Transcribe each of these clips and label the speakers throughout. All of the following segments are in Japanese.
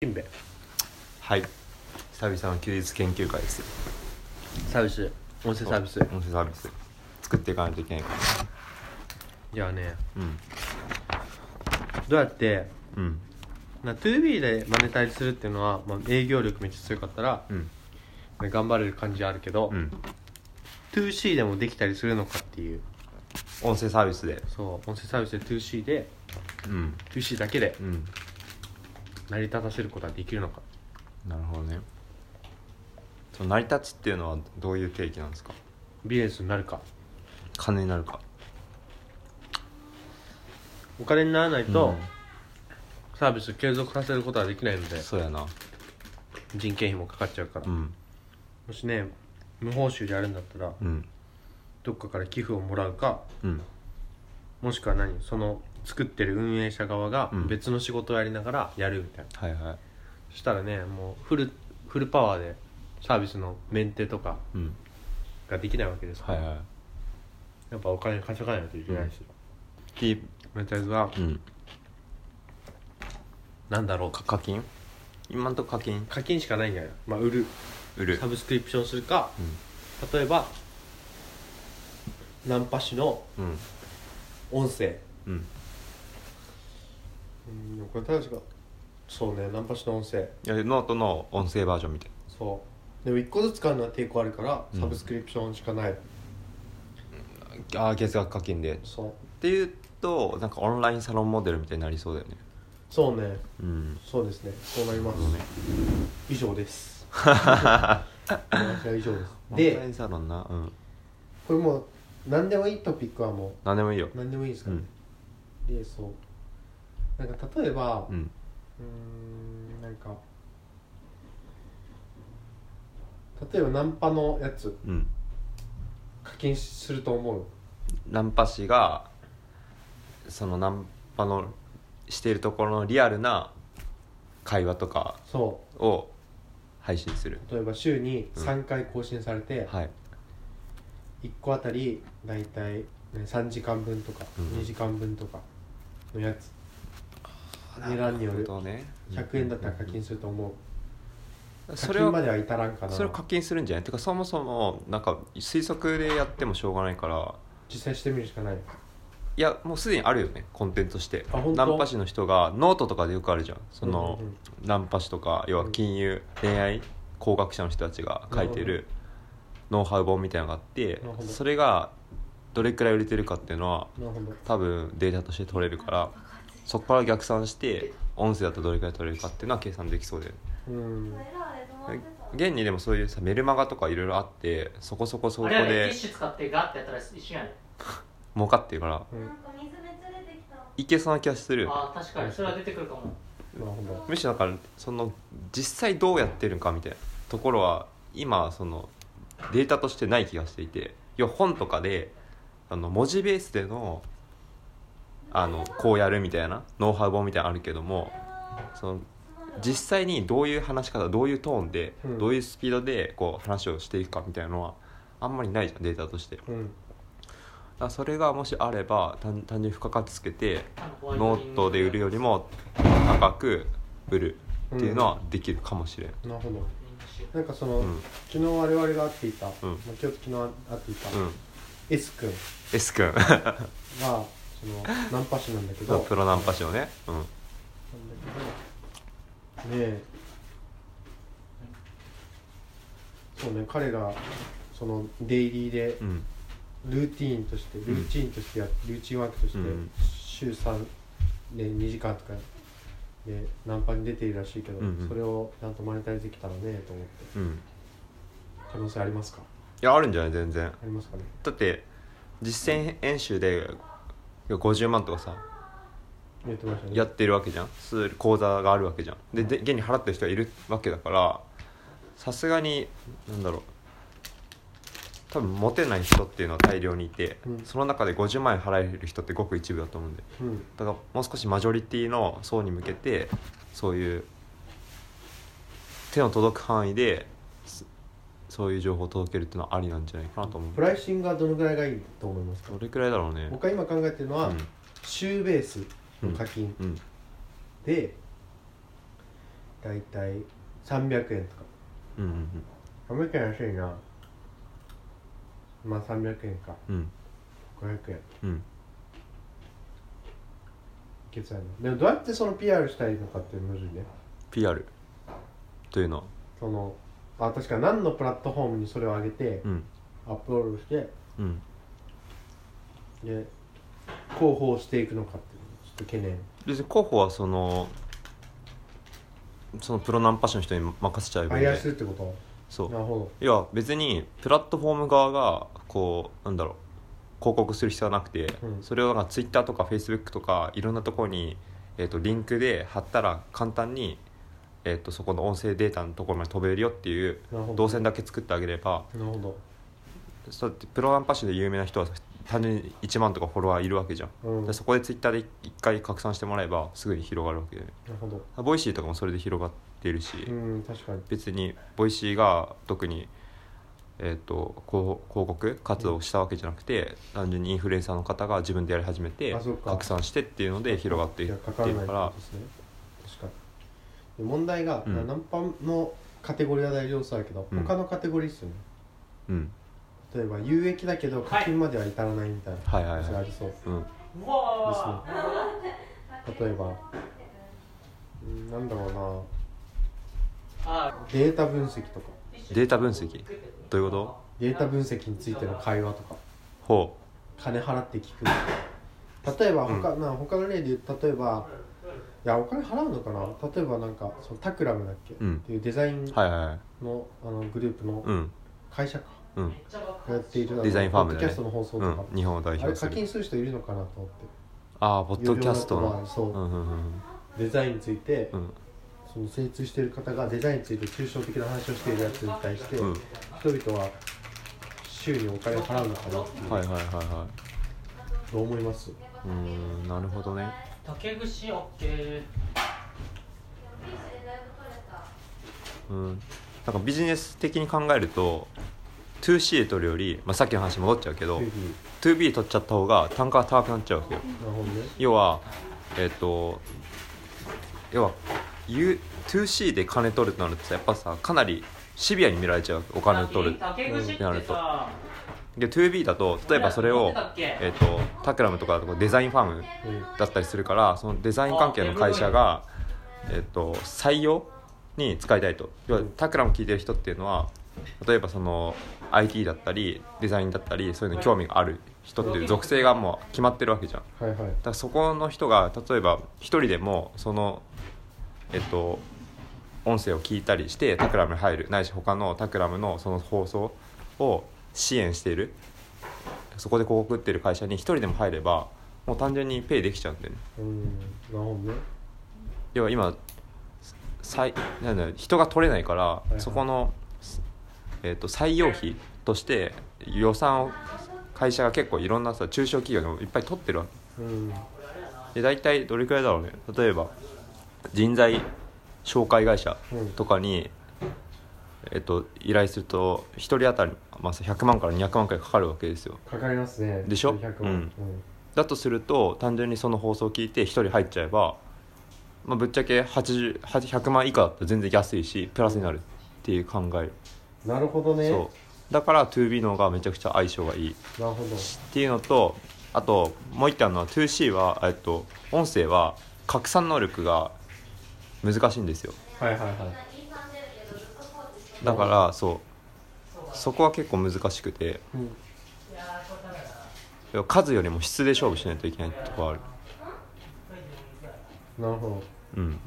Speaker 1: しんべ
Speaker 2: はい久々の休日研究会ですよ
Speaker 1: サービス音声サービス
Speaker 2: 音声サービス作っていかないといけないか
Speaker 1: じゃあね
Speaker 2: らうん
Speaker 1: どうやって
Speaker 2: うん
Speaker 1: な 2B でマネタイズするっていうのは、まあ、営業力めっちゃ強かったら、
Speaker 2: うん
Speaker 1: ね頑張れる感じあるけど、
Speaker 2: うん
Speaker 1: 2C でもできたりするのかっていう
Speaker 2: 音声サービスで
Speaker 1: そう音声サービスで 2C で
Speaker 2: うん
Speaker 1: 2C だけで
Speaker 2: うん
Speaker 1: 成り立たせることはできるのか
Speaker 2: なるほどねその成り立ちっていうのはどういう定義なんですか
Speaker 1: ビジネスになるか
Speaker 2: 金になるか
Speaker 1: お金にならないと、サービスを継続させることはできないので
Speaker 2: うんそうやな
Speaker 1: 人件費もかかっちゃうから、
Speaker 2: うん
Speaker 1: もしね無報酬でやるんだったら
Speaker 2: うん
Speaker 1: どっかから寄付をもらうか
Speaker 2: うん
Speaker 1: もしくは何その作ってる運営者側が
Speaker 2: うん
Speaker 1: 別の仕事をやりながらやるみたいな、
Speaker 2: はいはい
Speaker 1: そしたらねもうフルフルパワーでサービスのメンテとか
Speaker 2: うん
Speaker 1: ができないわけですか
Speaker 2: は
Speaker 1: ら、
Speaker 2: いは
Speaker 1: やっぱお金稼がないといけないし、
Speaker 2: いキー
Speaker 1: メンタルズは
Speaker 2: うん
Speaker 1: 何だろう
Speaker 2: か
Speaker 1: か
Speaker 2: 課金今んとこ課金
Speaker 1: 課金しかないんじゃないまあ売る
Speaker 2: 売る
Speaker 1: サブスクリプションするか例えばナンパ師の
Speaker 2: うんうん
Speaker 1: 音声
Speaker 2: うん
Speaker 1: うんこれ確かそうねナンパ師の音声
Speaker 2: いやノートの音声バージョンみたい
Speaker 1: そうでも1個ずつ買うのは抵抗あるから
Speaker 2: うん
Speaker 1: サブスクリプションしかない、
Speaker 2: ああ月額課金で
Speaker 1: そう
Speaker 2: っていうとなんかオンラインサロンモデルみたいになりそうだよね
Speaker 1: そうね
Speaker 2: うん
Speaker 1: そうですねそうなります、以上です 私は以上です
Speaker 2: でオンライ
Speaker 1: で
Speaker 2: ンサロンなうん
Speaker 1: これもう何でもいいトピックはも
Speaker 2: 何でもいいよ
Speaker 1: う何でもいいです
Speaker 2: う
Speaker 1: からね
Speaker 2: ん、
Speaker 1: でそうなんか例えばう
Speaker 2: うん
Speaker 1: ーんなんか例えばナンパのやつ
Speaker 2: うん
Speaker 1: 課金すると思う
Speaker 2: ナンパ師がそのナンパのしているところのリアルな会話とか
Speaker 1: そ
Speaker 2: を配信する
Speaker 1: う例えば週に
Speaker 2: うん
Speaker 1: 3回更新されて、
Speaker 2: はい
Speaker 1: 1個あたりだいたいね3時間分とか
Speaker 2: うん
Speaker 1: 2時間分とかのやつ値段による
Speaker 2: なほどね
Speaker 1: 100円だったら課金すると思う課
Speaker 2: それ
Speaker 1: 金ま
Speaker 2: は
Speaker 1: では至らんかな
Speaker 2: それを課金するんじゃないてかそもそもなんか推測でやってもしょうがないから
Speaker 1: 実際してみるしかない
Speaker 2: いやもうすでにあるよねコンテンツとして
Speaker 1: あ本当
Speaker 2: ナンパ師の人がノートとかでよくあるじゃんその、
Speaker 1: うんうん
Speaker 2: ナンパ師とか要は金融、恋愛工学者の人たちが書いて
Speaker 1: なる
Speaker 2: るノウハウ本みたいなのがあっ
Speaker 1: な
Speaker 2: て
Speaker 1: るほど
Speaker 2: それがどれくらい売れてるかっていうのは
Speaker 1: なるほど
Speaker 2: 多分データとして取れるからそこから逆算して音声だとどれくらい取れるかっていうのは計算できそうだよね
Speaker 1: うん
Speaker 2: 現にでもそういうさメルマガとかいろいろあってそこそこそこ
Speaker 3: あれはねティ
Speaker 2: で
Speaker 3: ッシュ使ってガッてやったら一緒やね
Speaker 2: 儲かってるから
Speaker 1: うん
Speaker 4: なんか水めっちゃ出てきた。
Speaker 2: いけそうな気がするよね
Speaker 3: ああ確かにそれは出てくるかも
Speaker 1: なるほど
Speaker 2: むしろだからその実際どうやってるのかみたいなところは今そのデータとしてない気がしていて要は本とかであの文字ベースでのあのこうやるみたいなノウハウ本みたいなのあるけどもその実際にどういう話し方どういうトーンで、
Speaker 1: うん
Speaker 2: どういうスピードでこう話をしていくかみたいなのはあんまりないじゃんデータとしてだか
Speaker 1: うん
Speaker 2: らそれがもしあれば単単純に付加価値つけて
Speaker 3: あのホワイトニン
Speaker 2: ノ
Speaker 3: グ
Speaker 2: ートで売るよりも高く売るっていうのはできるかもしれん、
Speaker 1: なるほど
Speaker 3: みんなしよ
Speaker 1: なんかその、
Speaker 2: うん
Speaker 1: 昨日我々が会っていた、まあ今日と昨日会っていた、
Speaker 2: うん、
Speaker 1: S 君
Speaker 2: S 君
Speaker 1: はそ のナンパ師なんだけど
Speaker 2: プロナンパ師をね、うん、
Speaker 1: なんだけどねえそうね彼がそのデイリーで
Speaker 2: うん
Speaker 1: ルーティーンとしてルーチンとしてやっルーチンワークとして
Speaker 2: うん
Speaker 1: 週3で2時間とかでナンパに出ているらしいけど、
Speaker 2: うんうん
Speaker 1: それをちゃんとマネタイズできたらねと思って
Speaker 2: うん
Speaker 1: 可能性ありますか
Speaker 2: いやあるんじゃない全然
Speaker 1: ありますかね
Speaker 2: だって実践演習で50万とかさ
Speaker 1: 言ってましたね
Speaker 2: やってるわけじゃんす講座があるわけじゃんでで現に払ってる人がいるわけだからさすがになんだろう多分モテない人っていうのは大量にいて、
Speaker 1: うん
Speaker 2: その中で50万円払える人ってごく一部だと思うんで
Speaker 1: うん
Speaker 2: だからもう少しマジョリティの層に向けてそういう手の届く範囲ですそういう情報を届けるっていうのはありなんじゃないかなと思う
Speaker 1: プライシングはどのぐらいがいいと思いますか
Speaker 2: どれくらいだろうね
Speaker 1: 僕が今考えてるのは、
Speaker 2: うん
Speaker 1: 週ベースの課金
Speaker 2: うん
Speaker 1: で、大体300円とか
Speaker 2: うん
Speaker 1: 300円安いなまあ300円か
Speaker 2: うんうん
Speaker 1: 500円い
Speaker 2: うん
Speaker 1: けちゃうのでもどうやってその PR したいのかってむずいね
Speaker 2: PR というのは
Speaker 1: そのあ確か何のプラットフォームにそれを上げて
Speaker 2: うん
Speaker 1: アップロードして
Speaker 2: うん
Speaker 1: で広報していくのかっていうのちょっと懸念
Speaker 2: 別に候補はそのそのプロナンパ師の人に任せちゃえば
Speaker 1: あ
Speaker 2: いいん
Speaker 1: や
Speaker 2: です
Speaker 1: ってこと
Speaker 2: そう
Speaker 1: なるほ
Speaker 2: いや別にプラットフォーム側がこうなんだろう広告する必要はなくて、
Speaker 1: うん
Speaker 2: それをなんか Twitter とか Facebook とかいろんなところに、えー、とリンクで貼ったら簡単に、えー、とそこの音声データのところまで飛べるよっていう
Speaker 1: どなるほど
Speaker 2: 動線だけ作ってあげれば
Speaker 1: なるほど
Speaker 2: そうやってプロアンパシーで有名な人は単純に1万とかフォロワーいるわけじゃん、
Speaker 1: うんな
Speaker 2: で
Speaker 1: る
Speaker 2: そこで Twitter で一回拡散してもらえばすぐに広がるわけで
Speaker 1: ほど
Speaker 2: ボイシーとかもそれで広がってるし、
Speaker 1: うん確かに
Speaker 2: 別にボイシーが特に、えー、と広広告活動をしたわけじゃなくて、単純にインフルエンサーの方が自分でやり始めて
Speaker 1: あそっか
Speaker 2: 拡散してっていうので広がってい
Speaker 1: じ
Speaker 2: っ
Speaker 1: ゃあ
Speaker 2: て
Speaker 1: かから
Speaker 2: い
Speaker 1: ない
Speaker 2: る
Speaker 1: って
Speaker 2: か
Speaker 1: こ
Speaker 2: ら
Speaker 1: とですね確かにで問題が、
Speaker 2: うん
Speaker 1: ナンパのカテゴリーは大丈夫そうだけど、
Speaker 2: うん
Speaker 1: 他のカテゴリーっすよね
Speaker 2: うん
Speaker 1: 例えば有益だけど課金までは至らないみたいな
Speaker 2: はいはい
Speaker 1: 話が
Speaker 2: は
Speaker 1: あ
Speaker 2: い、
Speaker 1: りそう
Speaker 2: うん、
Speaker 3: うわ
Speaker 1: ですね例えばうんなんだろ
Speaker 3: ーあ
Speaker 1: うなデータ分析とか
Speaker 2: データ分析どういうこ
Speaker 1: データ分析についての会話とか
Speaker 2: ほ
Speaker 1: 金払って聞く例えば他,、な他の例で言う例えばいやお金払うのかな例えばなんかそのタクラムだっけ、
Speaker 2: うん
Speaker 1: っていうデザイン
Speaker 2: うはいはいはい
Speaker 1: の,、あのグループの
Speaker 2: うん
Speaker 1: 会社か、
Speaker 2: うん
Speaker 3: めっちゃ爆
Speaker 1: がや
Speaker 3: 発
Speaker 1: っている
Speaker 2: デザインファームだ
Speaker 1: ポッドキャ
Speaker 2: よね
Speaker 1: ストの放送と
Speaker 2: う
Speaker 1: か、
Speaker 2: ん日本を代
Speaker 1: あれ
Speaker 2: 表す
Speaker 1: 課
Speaker 2: る
Speaker 1: 金する人いるのかなと思って
Speaker 2: ああポッドキャスト
Speaker 1: 有料だとま
Speaker 2: の
Speaker 1: あそう、
Speaker 2: うんうんうん
Speaker 1: デザインについて、
Speaker 2: うん
Speaker 1: その精通している方がデザインについて抽象的な話をしているやつに対して、
Speaker 2: うん
Speaker 1: 人々は週にお金を払うのかなっていう、
Speaker 2: はいはいはいはい
Speaker 1: どう思います
Speaker 2: うーんなるほどね
Speaker 3: 竹串オッケー
Speaker 2: うんなんかビジネス的に考えると 2C で取るより、まあ、さっきの話戻っちゃうけど、
Speaker 1: というふうに
Speaker 2: 2B 取っちゃった方が単価が高くなっちゃうわけよ
Speaker 1: なるほどね
Speaker 2: 要はえっ、と要は U- 2C で金取るとなるとさやっぱさかなりシビアに見られちゃうわけお金を取る
Speaker 3: 竹串っ
Speaker 2: なる
Speaker 3: て
Speaker 2: と
Speaker 3: さ
Speaker 2: で 2B だと例えばそれを
Speaker 3: 俺ら持ってたっけ
Speaker 2: えっ、とタクラムとかだとデザインファーム
Speaker 1: うん
Speaker 2: だったりするからそのデザイン関係の会社が、えっと採用に使いたいと要はタクラム聞いてる人っていうのは例えばその IT だったりデザインだったりそういうのに興味がある人っていう属性がもう決まってるわけじゃんだか
Speaker 1: はいはい
Speaker 2: らそこの人が例えば一人でもそのえっと音声を聞いたりしてタクラムに入るないし他のタクラムのその放送を支援しているそこで広告売ってる会社に一人でも入ればもう単純にペイできちゃうんだよね
Speaker 1: うんなるほどね
Speaker 2: 要は今さいなんだろう人が取れないから、
Speaker 1: いはい
Speaker 2: そこの、すえー、と採用費として予算を会社が結構いろんなさ中小企業でもいっぱい取ってるわけ
Speaker 1: うん
Speaker 2: で大体どれくらいだろうね例えば人材紹介会社とかに、えっと依頼すると1人当たり、まあ、100万から200万くらいかかるわけですよ
Speaker 1: かかりますね
Speaker 2: でしょ
Speaker 1: 100万、
Speaker 2: うんだとすると単純にその放送を聞いて1人入っちゃえば、まあ、ぶっちゃけ80 100万以下だと全然安いしプラスになるっていう考え、
Speaker 1: うんなるほどねなる
Speaker 2: そうだから 2B の方がめちゃくちゃ相性がいいっ
Speaker 1: ほ
Speaker 2: ていうのとあともう一点あるのは 2C は、えっと、音声は拡散能力が難しいんですよ
Speaker 1: どはいはいはい
Speaker 2: だからそうそこは結構難しくて
Speaker 1: うん
Speaker 2: 要は数よりも質で勝負しないといけないところある
Speaker 1: なるほど
Speaker 2: うん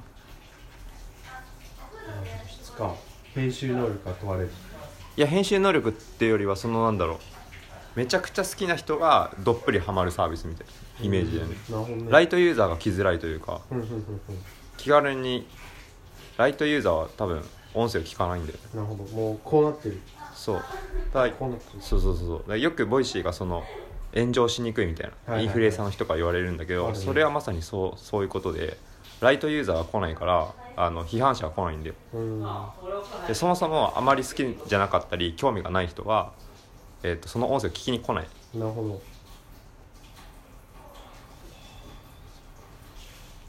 Speaker 1: 質か編集能力が問われる
Speaker 2: いや編集能力っていうよりはそのなんだろうめちゃくちゃ好きな人がどっぷりハマるサービスみたいなイメージだよね、
Speaker 1: なるほどね
Speaker 2: ライトユーザーが来づらいというか
Speaker 1: うんうんうんうん
Speaker 2: 気軽にライトユーザーは多分音声を聞かないんだよね
Speaker 1: なるほどもうこうなってる
Speaker 2: そうだ
Speaker 1: こうなってる
Speaker 2: そうそうそうそうだからよくボイシーがその炎上しにくいみたいな、
Speaker 1: はいはい
Speaker 2: インフルエンサーの人から言われるんだけど、
Speaker 1: あるね
Speaker 2: それはまさにそうそういうことでライトユーザーが来ないからあの批判者が来ないんだよ
Speaker 1: うんな
Speaker 2: でそもそもあまり好きじゃなかったり興味がない人は、えー、とその音声を聞きに来ない
Speaker 1: るほど
Speaker 2: っ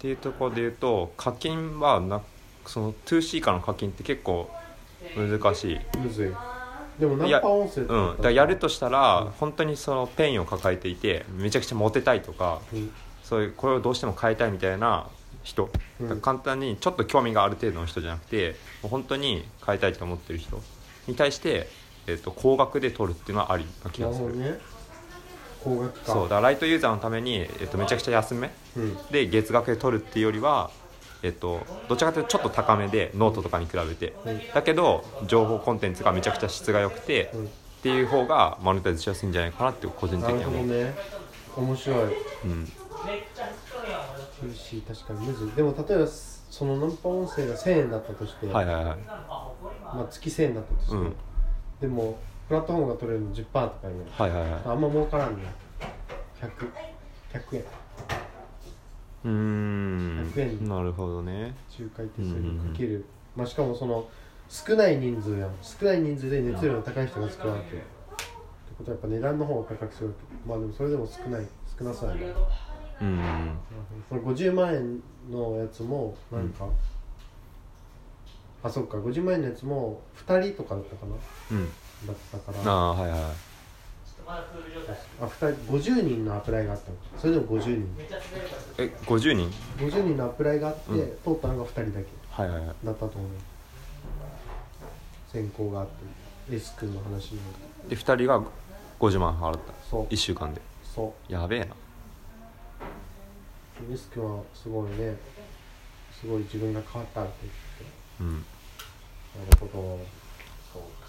Speaker 2: ていうところで言うと課金はなその 2C 化の課金って結構難しい
Speaker 1: むずいでも
Speaker 2: い
Speaker 1: ナ
Speaker 2: や
Speaker 1: ンパ音声
Speaker 2: うん、だからやるとしたら、本当にそのペインを抱えていてめちゃくちゃモテたいとか
Speaker 1: うん
Speaker 2: そういうこれをどうしても変えたいみたいな人、
Speaker 1: うん
Speaker 2: だから簡単にちょっと興味がある程度の人じゃなくてもう本当に変えたいと思ってる人に対して、えっと高額で取るっていうのはありな気
Speaker 1: なる
Speaker 2: がす
Speaker 1: ほど
Speaker 2: る
Speaker 1: ね高額か
Speaker 2: そうだからライトユーザーのために、えっとめちゃくちゃ安め
Speaker 1: うん
Speaker 2: で月額で取るっていうよりは、えっとどちらかというとちょっと高めでノートとかに比べて、
Speaker 1: うん
Speaker 2: だけど情報コンテンツがめちゃくちゃ質が良くて、
Speaker 1: うん
Speaker 2: っていう方がマネタイズしやすいんじゃないかなって個人的
Speaker 1: なる
Speaker 2: には
Speaker 1: ほど
Speaker 2: 思う、
Speaker 1: ね面白い
Speaker 2: うん、
Speaker 1: 苦しい確かにむずいでも例えばそのナンパ音声が1000円だったとして、
Speaker 2: はいはいはい
Speaker 1: まあ、月1000円だったとして、
Speaker 2: うん
Speaker 1: でもプラットフォームが取れるの10%とかになる
Speaker 2: はいはいはい
Speaker 1: あんま儲からんね100 100円
Speaker 2: うーん
Speaker 1: 100円
Speaker 2: なるほどね
Speaker 1: 仲介手数料かける、まあ、しかもその少ない人数やん少ない人数で熱量の高い人が少ないわけってことはやっぱ値段の方が高くするわけまあでもそれでも少ない少なそうやね
Speaker 2: うーん
Speaker 1: その50万円のやつもなんか、あそっか50万円のやつも2人とかだったかな
Speaker 2: うん
Speaker 1: だったから
Speaker 2: ああーはいはいはい
Speaker 1: あ二人50人のアプライがあったのそれでも50人
Speaker 2: え50人
Speaker 1: 50人のアプライがあって、
Speaker 2: うん
Speaker 1: 通ったのが2人だけ
Speaker 2: はいはいはい
Speaker 1: だったと思う選考があって S 君の話になる
Speaker 2: で2人が50万払った
Speaker 1: そう
Speaker 2: 1週間で
Speaker 1: そ
Speaker 2: やべえな
Speaker 1: う S 君はすごいねすごい自分が変わったって言って
Speaker 2: うん
Speaker 1: なるほどそうか